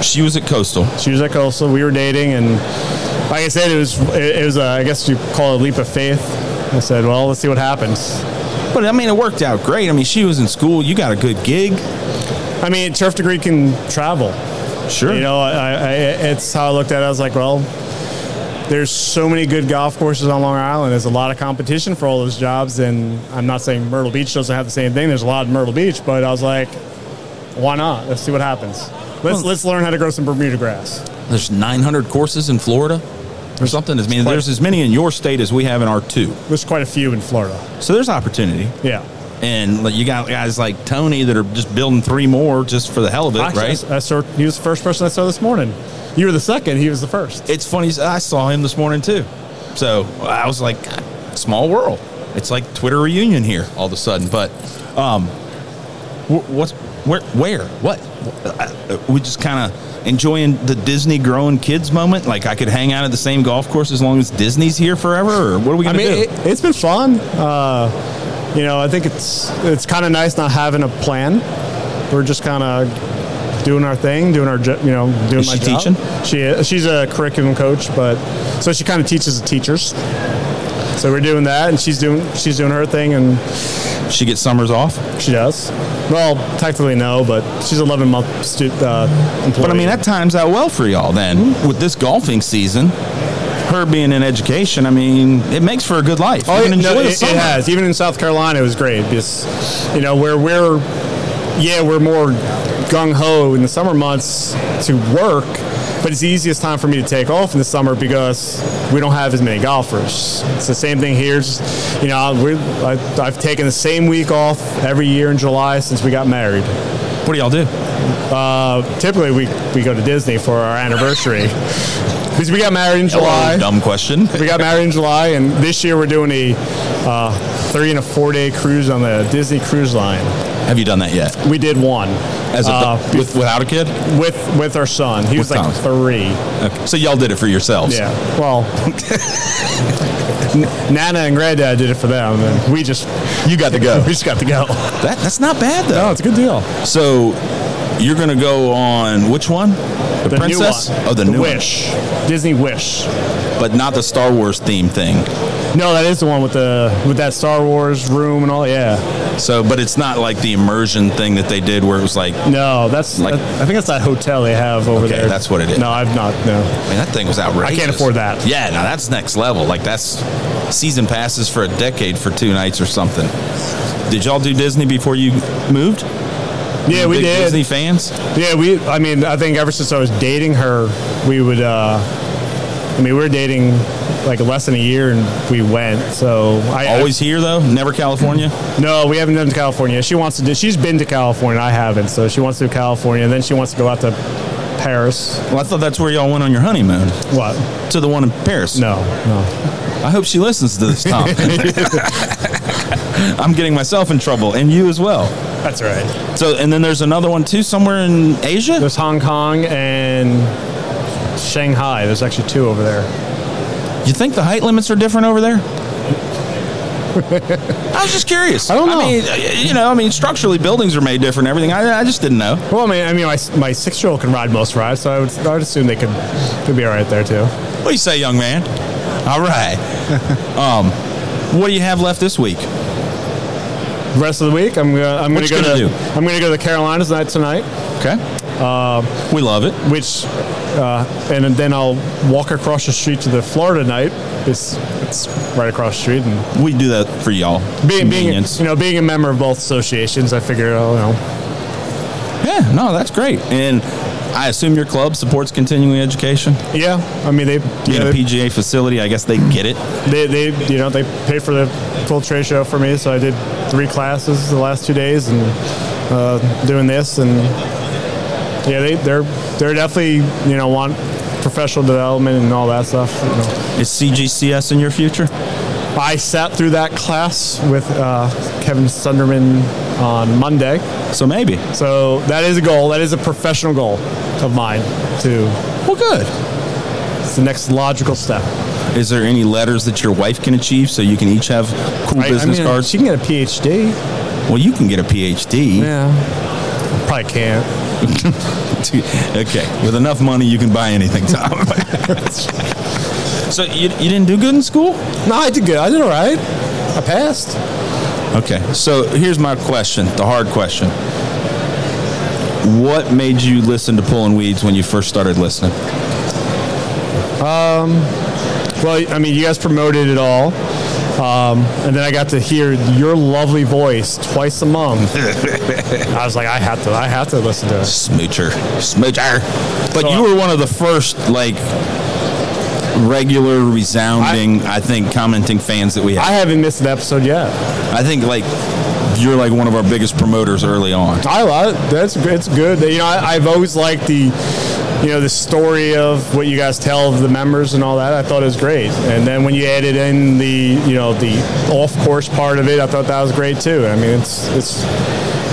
Speaker 3: She was at Coastal.
Speaker 8: She was at Coastal. We were dating, and like I said, it was it, it was a, I guess you call it a leap of faith. I said, well, let's see what happens.
Speaker 3: But I mean, it worked out great. I mean, she was in school. You got a good gig.
Speaker 8: I mean, turf degree can travel.
Speaker 3: Sure.
Speaker 8: You know, I, I, I, it's how I looked at it. I was like, well, there's so many good golf courses on Long Island. There's a lot of competition for all those jobs, and I'm not saying Myrtle Beach doesn't have the same thing. There's a lot in Myrtle Beach, but I was like, why not? Let's see what happens. Let's let's learn how to grow some Bermuda grass.
Speaker 3: There's 900 courses in Florida or something. I mean, there's as many in your state as we have in our two.
Speaker 8: There's quite a few in Florida.
Speaker 3: So there's opportunity.
Speaker 8: Yeah.
Speaker 3: And like, you got guys like Tony that are just building three more just for the hell of it,
Speaker 8: Actually,
Speaker 3: right?
Speaker 8: I, I saw, he was the first person I saw this morning. You were the second. He was the first.
Speaker 3: It's funny. I saw him this morning too. So I was like, God, small world. It's like Twitter reunion here all of a sudden. But um, wh- what's where? Where? What? I- I- We just kind of enjoying the Disney growing kids moment. Like I could hang out at the same golf course as long as Disney's here forever. Or what are we
Speaker 8: I
Speaker 3: gonna
Speaker 8: mean,
Speaker 3: do?
Speaker 8: it, it's been fun. Uh, you know, I think it's it's kind of nice not having a plan. We're just kind of doing our thing, doing our jo- you know doing
Speaker 3: Is
Speaker 8: my
Speaker 3: she
Speaker 8: job.
Speaker 3: teaching?
Speaker 8: She is- she's a curriculum coach, but so she kind of teaches the teachers. So we're doing that, and she's doing she's doing her thing, and
Speaker 3: she gets summers off.
Speaker 8: she does. Well, technically no, but she's 11 month stu- uh, employee.
Speaker 3: But I mean, that times out well for y'all then with this golfing season. Her being in education, I mean, it makes for a good life.
Speaker 8: Oh,
Speaker 3: You
Speaker 8: yeah,
Speaker 3: can
Speaker 8: no,
Speaker 3: enjoy the
Speaker 8: it, it
Speaker 3: summer.
Speaker 8: has. Even in South Carolina, it was great because, you know, where we're, yeah, we're more gung ho in the summer months to work, but it's the easiest time for me to take off in the summer because we don't have as many golfers. It's the same thing here. It's Just, you know, we're, I, I've taken the same week off every year in July since we got married.
Speaker 3: What do y'all do?
Speaker 8: Uh, typically, we, we go to Disney for our anniversary [LAUGHS] because we got married in July.
Speaker 3: Oh, dumb question.
Speaker 8: We got married in July, and this year we're doing a uh, three and a four day cruise on the Disney Cruise Line.
Speaker 3: Have you done that yet?
Speaker 8: We did one
Speaker 3: As a,
Speaker 8: uh,
Speaker 3: with, without a kid?
Speaker 8: with with our son. He was
Speaker 3: With
Speaker 8: like
Speaker 3: Thomas.
Speaker 8: three.
Speaker 3: Okay. So y'all did it for yourselves.
Speaker 8: Yeah. Well, [LAUGHS] N- Nana and Granddad did it for them, and we just
Speaker 3: You got to go.
Speaker 8: [LAUGHS] we just got to go.
Speaker 3: That, that's not bad though.
Speaker 8: it's a good deal.
Speaker 3: So you're gonna go on which one? The,
Speaker 8: The
Speaker 3: princess?
Speaker 8: new one.
Speaker 3: Oh, the, new
Speaker 8: Wish Disney Wish.
Speaker 3: one. But not the Star Wars theme thing.
Speaker 8: No, that is the one with the with that Star Wars room and all. Yeah.
Speaker 3: So, but it's not like the immersion thing that they did where it was like, man,
Speaker 8: No, that's
Speaker 3: Like-
Speaker 8: I think that's that hotel they have over
Speaker 3: Okay,
Speaker 8: there.
Speaker 3: that's what it is.
Speaker 8: No, I've not. No.
Speaker 3: that thing was outrageous.
Speaker 8: afford that.
Speaker 3: Yeah, now that's next level. Like that's season passes for a decade for two nights or something. Did y'all do Disney before you moved?
Speaker 8: Yeah, we
Speaker 3: Big
Speaker 8: did.
Speaker 3: Disney fans.
Speaker 8: Yeah, we. I mean, I think ever since I was dating her, we would. Uh, I mean, we were dating like less than a year, and we went. So I
Speaker 3: Always here though. Never California.
Speaker 8: no, we haven't done to California. She wants to do. She's been to California. I haven't. So she wants to do California, and then she wants to go out to Paris.
Speaker 3: Well, I thought that's where y'all went on your honeymoon.
Speaker 8: What?
Speaker 3: to the one in Paris.
Speaker 8: No, no.
Speaker 3: I hope she listens to this,
Speaker 8: [LAUGHS]
Speaker 3: Tom. I'm getting myself in trouble, and you as well.
Speaker 8: That's all right.
Speaker 3: So, and then there's another one too, somewhere in Asia.
Speaker 8: There's Hong Kong and Shanghai. There's actually two over there.
Speaker 3: You think the height limits are different over there? I was just curious. I
Speaker 8: don't know.
Speaker 3: mean, uh, you know, I mean, structurally, buildings are made different. and Everything. I, I just didn't know.
Speaker 8: Well, I mean, I mean, my, my six year old can ride most rides, so I would, I would assume they could could be all right there too.
Speaker 3: What do you say, young man? All
Speaker 8: [LAUGHS]
Speaker 3: right. um, what do you have left this week?
Speaker 8: The rest of the week, I'm gonna I'm
Speaker 3: What
Speaker 8: gonna
Speaker 3: you
Speaker 8: go
Speaker 3: gonna
Speaker 8: to
Speaker 3: do?
Speaker 8: I'm gonna go to the Carolinas night tonight,
Speaker 3: Okay.
Speaker 8: Um,
Speaker 3: we love it.
Speaker 8: which uh, and then I'll walk across the street to the Florida night. It's it's right across the street, and
Speaker 3: We do that for y'all.
Speaker 8: being, being
Speaker 3: Convenience.
Speaker 8: you know being a member of both associations, I figure oh, you know
Speaker 3: Yeah, no, that's great. And I assume your club supports continuing education.
Speaker 8: Yeah, I mean they, you
Speaker 3: Being
Speaker 8: know,
Speaker 3: a
Speaker 8: they,
Speaker 3: PGA facility, I guess they get it.
Speaker 8: they, they, you know, they pay for the full trade show for me, so I did three classes the last two days and uh, doing this and yeah, they, they're they're definitely you know want professional development and all that stuff. You know.
Speaker 3: Is CGCS in your future?
Speaker 8: I sat through that class with uh, Kevin Sunderman on Monday.
Speaker 3: So maybe.
Speaker 8: So that is a goal. That is a professional goal of mine. To
Speaker 3: Well, good.
Speaker 8: it's the next logical step.
Speaker 3: Is there any letters that your wife can achieve so you can each have cool
Speaker 8: I- I
Speaker 3: business
Speaker 8: mean,
Speaker 3: cards?
Speaker 8: She can get a PhD.
Speaker 3: well, you can get a PhD.
Speaker 8: Yeah. Probably can't.
Speaker 3: Dude, [LAUGHS] okay, with enough money, you can buy anything,
Speaker 8: [LAUGHS]
Speaker 3: Tom. so you, you didn't do good in school?
Speaker 8: No, I did good. I did all right. I passed.
Speaker 3: Okay, so here's my question, the hard question. What made you listen to Pulling Weeds when you first started listening?
Speaker 8: Well, I mean, you guys promoted it all. Um, and then I got to hear your lovely voice twice a month. I was like, I have to, I have to listen to it.
Speaker 3: Smoocher, smoocher. But
Speaker 8: So
Speaker 3: you
Speaker 8: I-
Speaker 3: were one of the first, like, regular, resounding, I, think, commenting fans that we
Speaker 8: I
Speaker 3: had.
Speaker 8: haven't missed an episode yet.
Speaker 3: I, think, like, you're like one of our biggest promoters early on.
Speaker 8: I love it. That's it's good. You know, I, I've always liked the, you know, the story of what you guys tell of the members and all that. I thought it was great. And then when you added in the, you know, the off course part of it, I thought that was great too. I mean, it's it's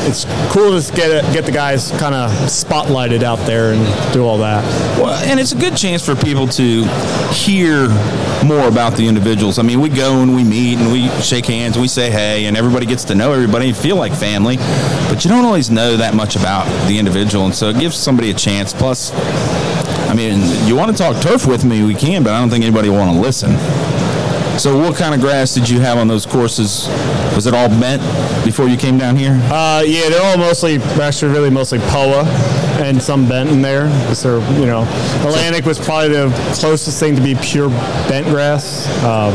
Speaker 8: it's cool to s- get it, get the guys kind of spotlighted out there and do all that.
Speaker 3: Well, and it's a good chance for people to hear more about the individuals. I mean, we go and we meet and we shake hands and we say hey, and everybody gets to know everybody and feel like family. But you don't always know that much about the individual, and so it gives somebody a chance. Plus, I mean, you want to talk turf with me, we can, but I don't think anybody want to listen. So, what kind of grass did you have on those courses? Was it all bent before you came down here?
Speaker 8: Uh, yeah, they're all mostly actually really mostly Poa and some bent in there. So you know, Atlantic was probably the closest thing to be pure bent grass. Um,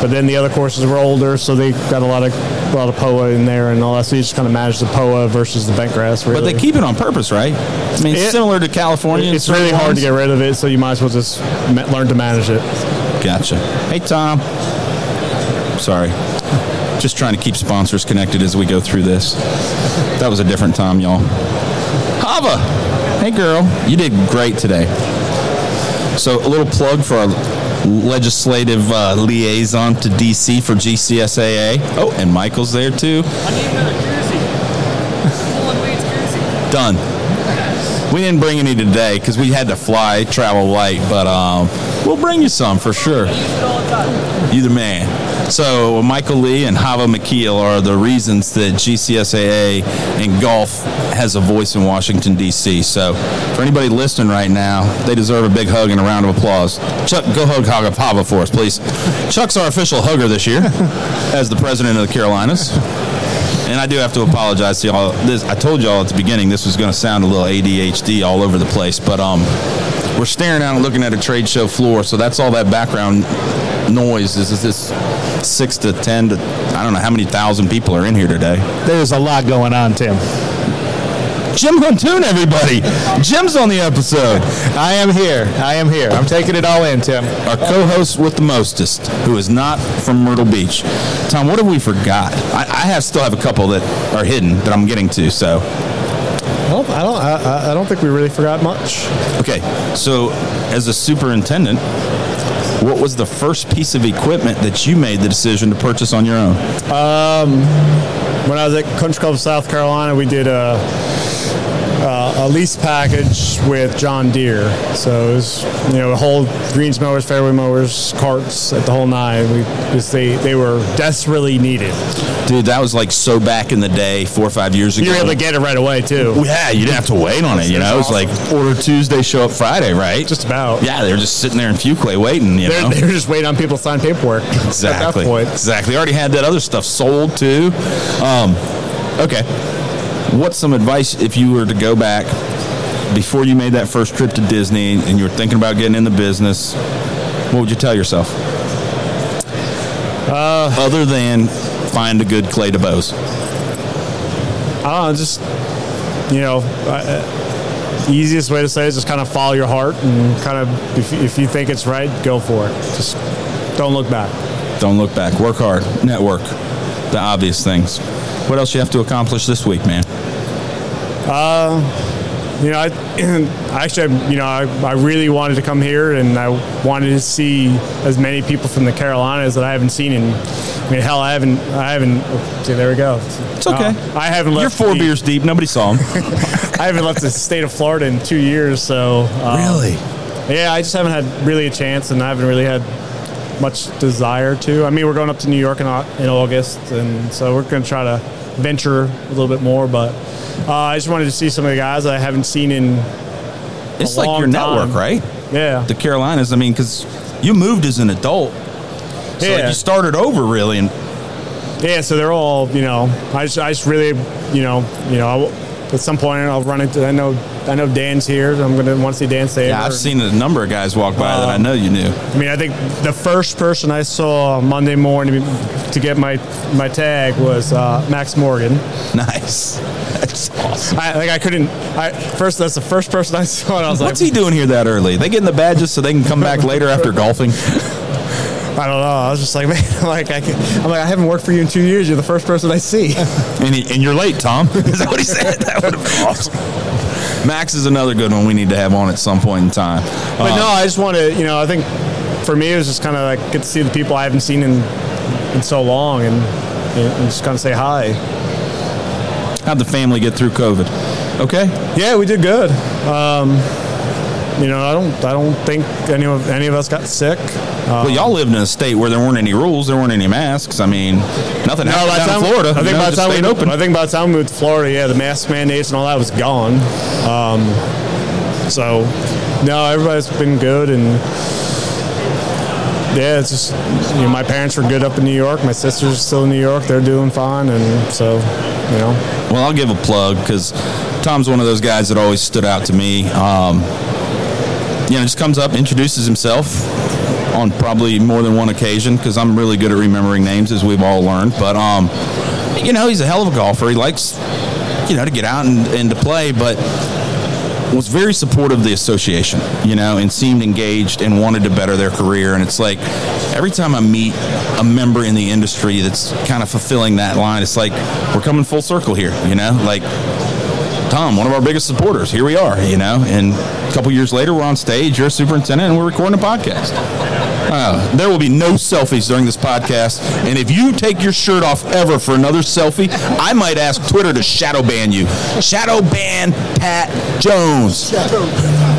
Speaker 8: but then the other courses were older, so they got a lot of a lot of Poa in there and all that. So you just kind of manage the Poa versus the bent grass. Really.
Speaker 3: But they keep it on purpose, right? I mean, it's
Speaker 8: It-
Speaker 3: similar to California. in
Speaker 8: it's really
Speaker 3: certain
Speaker 8: hard
Speaker 3: ones.
Speaker 8: to get rid of it, so you might as well just ma- learn to manage it.
Speaker 3: Gotcha. Hey, Tom. Sorry. Just trying to keep sponsors connected as we go through this. That was a different Tom, y'all. Hava. Hey, girl. You did great today. So, a little plug for our legislative uh, liaison to DC for GCSAA. Oh, and Michael's there too.
Speaker 10: I need another koozie. Pulling weeds koozie.
Speaker 3: Done. We didn't bring any today because we had to fly, travel light, but um, we'll bring you some for sure.
Speaker 10: I use it all the time.
Speaker 3: You the man. So Michael Lee and Hava McKeel are the reasons that GCSAA and golf has a voice in Washington D.C. So for anybody listening right now, they deserve a big hug and a round of applause. Chuck, go hug Hava, Hava for us, please. Chuck's our official hugger this year [LAUGHS] as the president of the Carolinas. And I do have to apologize to y'all. This, I told y'all at the beginning this was going to sound a little ADHD all over the place, but um, we're staring out and looking at a trade show floor, so that's all that background noise. Is is this six to ten to I don't know how many thousand people are in here today?
Speaker 4: There's a lot going on, Tim.
Speaker 3: Jim Huntoon, everybody. Jim's on the episode.
Speaker 4: I am here. I am here. I'm taking it all in, Tim.
Speaker 3: Our co-host with the mostest, who is not from Myrtle Beach. Tom, what have we forgot? I, I have still have a couple that are hidden that I'm getting to. So
Speaker 8: I don't, I don't, I, I- I don't think we really forgot much.
Speaker 3: Okay, so as a superintendent, what was the first piece of equipment that you made the decision to purchase on your own?
Speaker 8: when I was at Country Club of South Carolina, we did a, uh, a, a lease package with John Deere. So it was, you know, the whole greens mowers, fairway mowers, carts, at the whole nine. We just, they, they were desperately needed.
Speaker 3: Dude, that was like so back in the day, four or five years ago.
Speaker 8: You were able to get it right away, too.
Speaker 3: yeah, you didn't have to wait on it. You know, it was like order Tuesday, show up Friday, right?
Speaker 8: Just about.
Speaker 3: yeah, they were just sitting there in Fuquay waiting. You
Speaker 8: [LAUGHS]
Speaker 3: know,
Speaker 8: They're, they're just waiting on people to sign paperwork at
Speaker 3: exactly,
Speaker 8: that point.
Speaker 3: exactly. They already had that other stuff sold too. Um, okay, what's some advice if you were to go back before you made that first trip to Disney and you were thinking about getting in the business? What would you tell yourself?
Speaker 8: Uh.
Speaker 3: Other than find a good clay to bows.
Speaker 8: I don't know, just you know, I, easiest way to say it is just kind of follow your heart and kind of if, if you think it's right, go for it. Just don't look back.
Speaker 3: Don't look back. Work hard. Network. The obvious things. What else you have to accomplish this week, man?
Speaker 8: Uh, you know, I [CLEARS THROAT] actually, I- you know, I, I really wanted to come here, and I wanted to see as many people from the Carolinas that I haven't seen. And I mean, hell, I haven't, I haven't. See, there we go. It's
Speaker 3: okay.
Speaker 8: I haven't left.
Speaker 3: You're four
Speaker 8: the-
Speaker 3: beers deep. Nobody saw
Speaker 8: [LAUGHS]
Speaker 3: him.
Speaker 8: I haven't left the state of Florida in two years, so um,
Speaker 3: Really?
Speaker 8: yeah, I just haven't had really a chance, and I haven't really had much desire to. I mean, we're going up to New York in, Au- in August, and so we're going to try to venture a little bit more. But uh, I just wanted to see some of the guys that I haven't seen in.
Speaker 3: It's
Speaker 8: a
Speaker 3: like your
Speaker 8: long
Speaker 3: network,
Speaker 8: time.
Speaker 3: right?
Speaker 8: Yeah,
Speaker 3: The Carolinas. I mean, because you moved as an adult. So like
Speaker 8: Yeah.
Speaker 3: you started over, really. And
Speaker 8: yeah. So they're all, you know, I just, I just really, you know, you know, I w at some point I'll run into. I know, I know Dan's here. So I'm going to want to see Dan say.
Speaker 3: yeah, I've seen a number of guys walk by that I know you knew. [LAUGHS]
Speaker 8: I mean, I think the first person I saw Monday morning to get my my tag was uh, Max Morgan.
Speaker 3: Nice. That's awesome.
Speaker 8: I, like I couldn't. I first. That's the first person I [LAUGHS] saw. And I was
Speaker 3: What's he
Speaker 8: like,
Speaker 3: doing here that early? They getting the badges so they can come back later
Speaker 8: [LAUGHS]
Speaker 3: after golfing.
Speaker 8: I don't know. I was just like, [LAUGHS] man, like I, can, I'm like, I haven't worked for you in two years. You're the first person I see.
Speaker 3: And, he, and you're late, Tom. [LAUGHS] Is that what he said? That would have been awesome. Max is another good one we need to have on at some point in time.
Speaker 8: But
Speaker 3: Uh,
Speaker 8: no, I just want to. You know, I think for me it was just kind of like get to see the people I haven't seen in in so long, and, and just kind of say hi.
Speaker 3: How'd Uh, the family get through COVID? Okay.
Speaker 8: Yeah, we did good. Um, you know, I don't. I don't think any of any of us got sick. Um,
Speaker 3: Well, y'all lived in a state where there weren't any rules, there weren't any masks. I mean, nothing
Speaker 8: No,
Speaker 3: happened
Speaker 8: by the
Speaker 3: down
Speaker 8: time
Speaker 3: in Florida.
Speaker 8: I
Speaker 3: you
Speaker 8: think
Speaker 3: know,
Speaker 8: by the
Speaker 3: just
Speaker 8: time we
Speaker 3: stayed open.
Speaker 8: I think by the time we moved to Florida, yeah, the mask mandates and all that was gone. Um, so, no, everybody's been good and. Yeah, it's just you know, my parents were good up in New York. My sisters are still in New York; they're doing fine, and so you know,
Speaker 3: Well, I'll give a plug because Tom's one of those guys that always stood out to me. Um, you know, just comes up, introduces himself on probably more than one occasion because I'm really good at remembering names, as we've all learned. But, um, you know, he's a hell of a golfer. He likes, you know, to get out and, and to play, but was very supportive of the association, you know, and seemed engaged and wanted to better their career. And it's like every time I meet a member in the industry that's kind of fulfilling that line, it's like we're coming full circle here, you know, like Tom, one of our biggest supporters. Here we are, you know, and a couple years later, we're on stage, you're a superintendent, and we're recording a podcast. Uh, there will be no selfies during this podcast, and if you take your shirt off ever for another selfie, I might ask Twitter to shadow ban you. Shadow ban Pat Jones.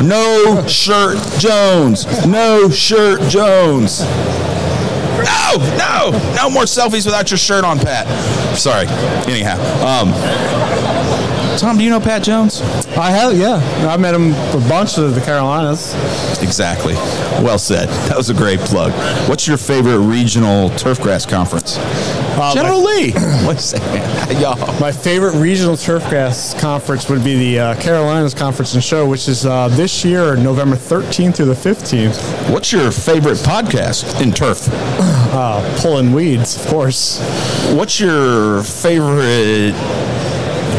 Speaker 3: No shirt Jones. No shirt Jones. No, no, no more selfies without your shirt on, Pat. Sorry. Anyhow, um, Tom, do you know Pat Jones?
Speaker 8: I have. Yeah, I met him a bunch of the Carolinas.
Speaker 3: Exactly. Well said. That was a great plug. What's your favorite regional turfgrass conference? General Lee. What's that? Y'all.
Speaker 8: Uh, My favorite regional turfgrass conference would be the uh, Carolinas Conference and Show, which is uh, this year, November 13th through the 15th.
Speaker 3: What's your favorite podcast in turf?
Speaker 8: Uh, pulling weeds, of course.
Speaker 3: What's your favorite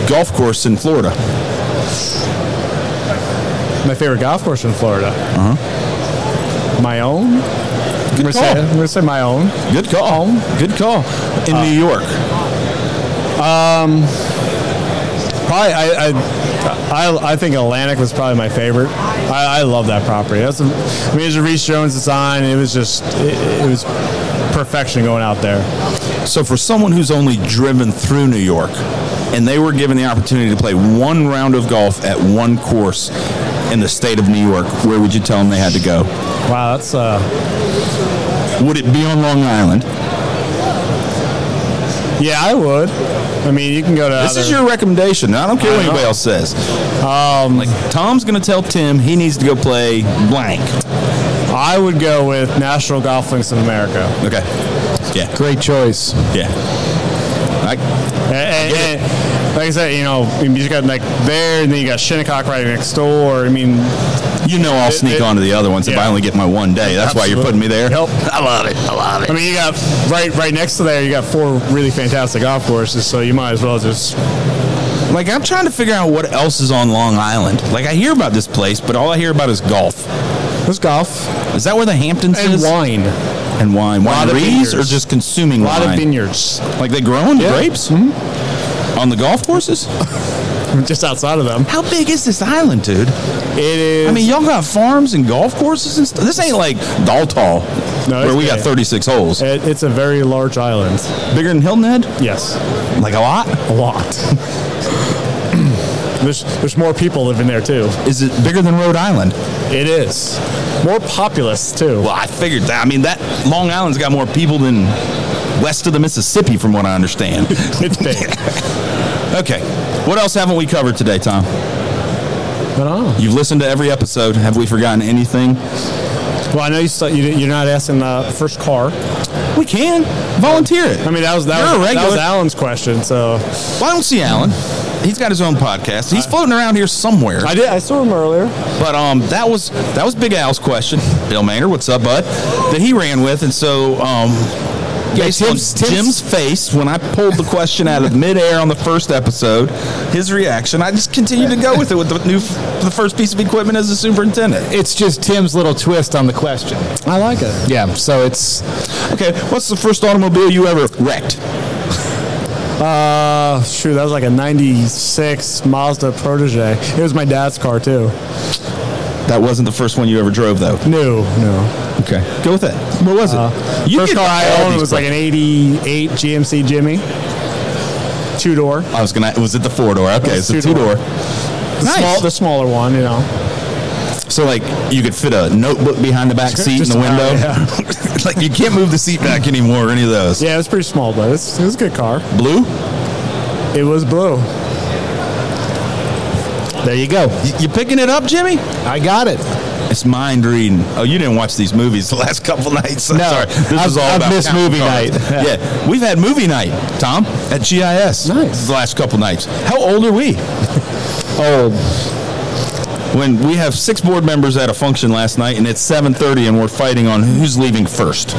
Speaker 3: golf course in Florida?
Speaker 8: My favorite golf course in Florida. My own? I'm
Speaker 3: Uh-huh. Good
Speaker 8: gonna, say,
Speaker 3: call.
Speaker 8: I'm gonna say my own.
Speaker 3: Good call. Good call. In New York.
Speaker 8: Probably, I, I, I, I think Atlantic was probably my favorite. I, I love that property. That's, a, I mean, it was a Reese Jones design. It was just, it, it was perfection going out there.
Speaker 3: So for someone who's only driven through New York and they were given the opportunity to play one round of golf at one course in the state of New York, where would you tell them they had to go?
Speaker 8: Wow, that's uh,
Speaker 3: Would it be on Long Island?
Speaker 8: Yeah, I would. I mean, you can go to.
Speaker 3: This
Speaker 8: other-
Speaker 3: is your recommendation. I don't care what
Speaker 8: I know.
Speaker 3: anybody else says. Um, like Tom's going to tell Tim he needs to go play blank.
Speaker 8: I would go with National Golf Links of America.
Speaker 3: Okay. Yeah.
Speaker 4: Great choice.
Speaker 3: Yeah. I,
Speaker 8: And, and- and like I said, you know, you just got like there, and then you got Shinnecock right next door. I mean,
Speaker 3: you know I'll sneak
Speaker 8: it-
Speaker 3: onto the other ones if
Speaker 8: yeah.
Speaker 3: I only get my one day. That's why you're putting me there.
Speaker 8: Yep.
Speaker 3: I love it. I love
Speaker 8: I
Speaker 3: it.
Speaker 8: mean, you got right right next to there, you got four really fantastic golf courses. So you might as well just
Speaker 3: Like I'm trying to figure out what else is on Long Island. Like I hear about this place, but all I hear about is golf.
Speaker 8: There's golf.
Speaker 3: Is that where the Hamptons
Speaker 8: And
Speaker 3: is?
Speaker 8: wine.
Speaker 3: And wine.
Speaker 8: Lot
Speaker 3: Wineries
Speaker 8: of
Speaker 3: or
Speaker 8: vineyards.
Speaker 3: just consuming
Speaker 8: A lot
Speaker 3: wine?
Speaker 8: of vineyards. [LAUGHS]
Speaker 3: Like they growing
Speaker 8: Yeah. Mm-hmm.
Speaker 3: grapes? On the golf courses?
Speaker 8: Just outside of them.
Speaker 3: How big is this island, dude?
Speaker 8: It is.
Speaker 3: I mean, y'all got farms and golf courses and stuff. This ain't like Daltall,
Speaker 8: No,
Speaker 3: where
Speaker 8: it's
Speaker 3: we got
Speaker 8: big.
Speaker 3: 36 holes.
Speaker 8: it, it's a very large island.
Speaker 3: Bigger than Hilton Head?
Speaker 8: Yes.
Speaker 3: Like a lot? [CLEARS THROAT]
Speaker 8: A lot. there's, there's more people living there, too.
Speaker 3: Is it bigger than Rhode Island?
Speaker 8: It is. More populous, too.
Speaker 3: Well, I figured that. I mean, that Long Island's got more people than west of the Mississippi, from what I
Speaker 8: [LAUGHS]
Speaker 3: understand. [LAUGHS]
Speaker 8: It's big.
Speaker 3: okay. What else haven't we covered today, Tom?
Speaker 8: But I don't know.
Speaker 3: You've listened to every episode. Have we forgotten anything?
Speaker 8: Well, I know you saw, you, didn't- you're not asking the first car.
Speaker 3: We can. Volunteer it.
Speaker 8: I mean, that was that,
Speaker 3: You're a
Speaker 8: was, that
Speaker 3: regular.
Speaker 8: was Alan's question. So
Speaker 3: Well, I don't see Alan. He's got his own podcast. He's floating around here somewhere.
Speaker 8: I did. I saw him earlier.
Speaker 3: But um, that was that was Big Al's question. Bill Maynard, what's up, bud? That he ran with, and so um, based
Speaker 9: Tim's-
Speaker 3: on
Speaker 9: Tim's-
Speaker 3: Jim's face when I pulled the question out of midair on the first episode, his reaction, I just continued to go with it with the new the first piece of equipment as a superintendent.
Speaker 4: It's just Tim's little twist on the question.
Speaker 8: I like it.
Speaker 4: Yeah, so it's
Speaker 3: Okay, what's the first automobile you ever wrecked?
Speaker 8: Uh, shoot, that was like a '96 Mazda Protege. It was my dad's car too.
Speaker 3: That wasn't the first one you ever drove, though.
Speaker 8: No, no.
Speaker 3: Okay, go with that. What was it?
Speaker 4: Uh,
Speaker 3: you
Speaker 8: First
Speaker 3: get
Speaker 8: car I
Speaker 3: all
Speaker 8: owned
Speaker 3: these
Speaker 8: was like an '88 GMC Jimmy, two door.
Speaker 3: I was gonna. Was it the four door? Okay, it's
Speaker 8: was
Speaker 3: a two
Speaker 8: two-door.
Speaker 3: door. Nice.
Speaker 8: Small, the smaller one, you know.
Speaker 3: So like you could fit a notebook behind the back seat in
Speaker 8: Just
Speaker 3: the
Speaker 8: about,
Speaker 3: window. [LAUGHS] like you can't move the seat back anymore or any of those.
Speaker 8: Yeah, it was pretty small, but it's, it was a good car.
Speaker 3: Blue?
Speaker 8: It was blue.
Speaker 4: there you go.
Speaker 3: Y- you picking it up, Jimmy?
Speaker 4: I got it.
Speaker 3: It's mind reading. Oh, you didn't watch these movies the last [LAUGHS] couple nights. I'm
Speaker 4: No,
Speaker 3: sorry. This
Speaker 4: I've-
Speaker 3: is all
Speaker 4: I've
Speaker 3: about
Speaker 4: missed
Speaker 3: counting
Speaker 4: movie
Speaker 3: cars.
Speaker 4: night.
Speaker 3: Yeah. We've had movie night, Tom, at GIS.
Speaker 4: Nice.
Speaker 3: The last couple nights. How old are we?
Speaker 4: [LAUGHS] Old.
Speaker 3: When we have six board members at a function last night and it's 7:30 and we're fighting on who's leaving first.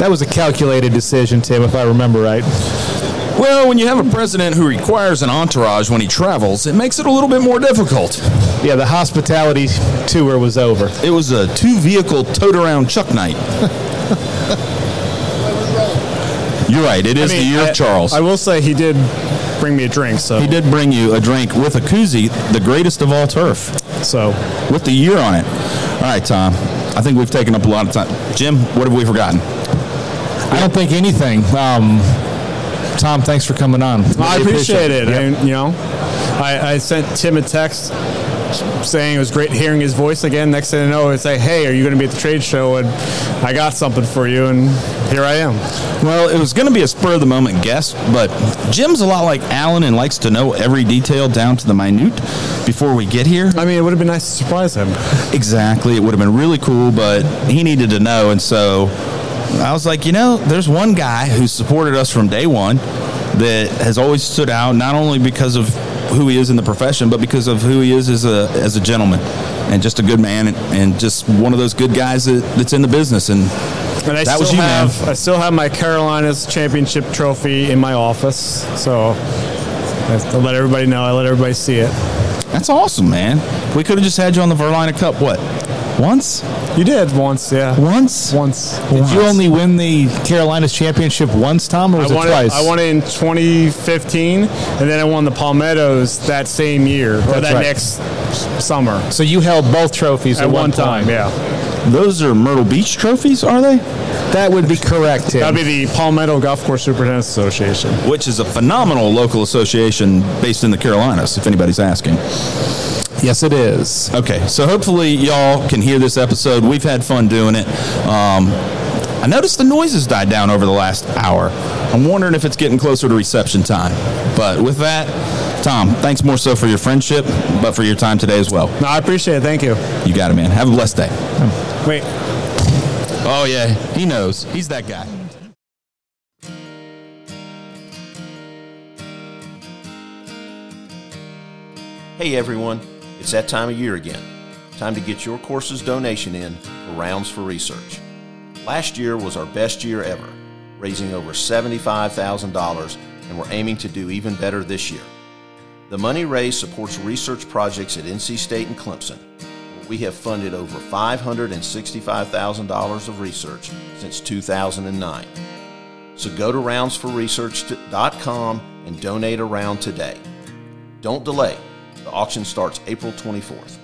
Speaker 4: That was a calculated decision, Tim, if I remember right.
Speaker 3: Well, when you have a president who requires an entourage when he travels, it makes it a little bit more difficult.
Speaker 4: Yeah, the hospitality tour was over.
Speaker 3: It was a two vehicle tote around chuck night. You're right. It is
Speaker 8: I
Speaker 3: the
Speaker 8: mean,
Speaker 3: year
Speaker 8: I-
Speaker 3: of Charles.
Speaker 8: I will say he did bring me a drink, so
Speaker 3: he did bring you a drink with a koozie, the greatest of all turf,
Speaker 8: so
Speaker 3: with the year on it. All right, Tom. I think we've taken up a lot of time. Jim, what have we forgotten?
Speaker 4: I don't think anything. Um, Tom, thanks for coming on.
Speaker 8: I
Speaker 4: Really
Speaker 8: appreciate it. I, you know, I, I sent Tim a text saying it was great hearing his voice again. Next thing I know, it's like, hey, are you going to be at the trade show? And I got something for you, and here I am.
Speaker 3: Well, it was going to be a spur of the moment guess, but Jim's a lot like Alan and likes to know every detail down to the minute before we get here.
Speaker 8: I mean, it would have been nice to surprise him.
Speaker 3: Exactly. It would have been really cool, but he needed to know. And so I was like, you know, there's one guy who supported us from day one that has always stood out, not only because of who he is in the profession, but because of who he is as a, as a gentleman and just a good man and, and just one of those good guys that, that's in the business. And
Speaker 8: And I
Speaker 3: That
Speaker 8: still
Speaker 3: was you, man.
Speaker 8: have, I still have my Carolinas championship trophy in my office, so. I let everybody know. I let everybody see it.
Speaker 3: that's awesome, man. We could have just had you on the Verlina Cup, what? Once?
Speaker 8: You did once, yeah.
Speaker 3: Once?
Speaker 8: Once.
Speaker 4: Did you only win the Carolinas championship once, Tom, or was
Speaker 8: I
Speaker 4: it
Speaker 8: won, it,
Speaker 4: twice?
Speaker 8: I won it in 2015, and then I won the Palmettos that same year, or that
Speaker 4: right.
Speaker 8: next summer.
Speaker 4: so you held both trophies at,
Speaker 8: At one time,
Speaker 4: point.
Speaker 8: yeah.
Speaker 3: Those are Myrtle Beach trophies, are they?
Speaker 4: That would be correct, Tim.
Speaker 8: That'd be the Palmetto Golf Course Superintendents Association.
Speaker 3: which is a phenomenal local association based in the Carolinas, if anybody's asking.
Speaker 4: yes, it is.
Speaker 3: Okay, so hopefully y'all can hear this episode. We've had fun doing it. Um, I noticed the noise has died down over the last hour. I'm wondering if it's getting closer to reception time. But with that, Tom, thanks more so for your friendship, but for your time today as well.
Speaker 8: No, I appreciate it. Thank you.
Speaker 3: You got it, man. Have a blessed day.
Speaker 8: Wait,
Speaker 3: Oh, yeah, he knows. He's that guy.
Speaker 11: Hey everyone, it's that time of year again. Time to get your course's donation in for Rounds for Research. Last year was our best year ever, raising over $75,000 and we're aiming to do even better this year. The money raised supports research projects at NC State and Clemson. We have funded over $565,000 of research since 2009. So go to roundsforresearch.com and donate a round today. Don't delay. The auction starts April 24th.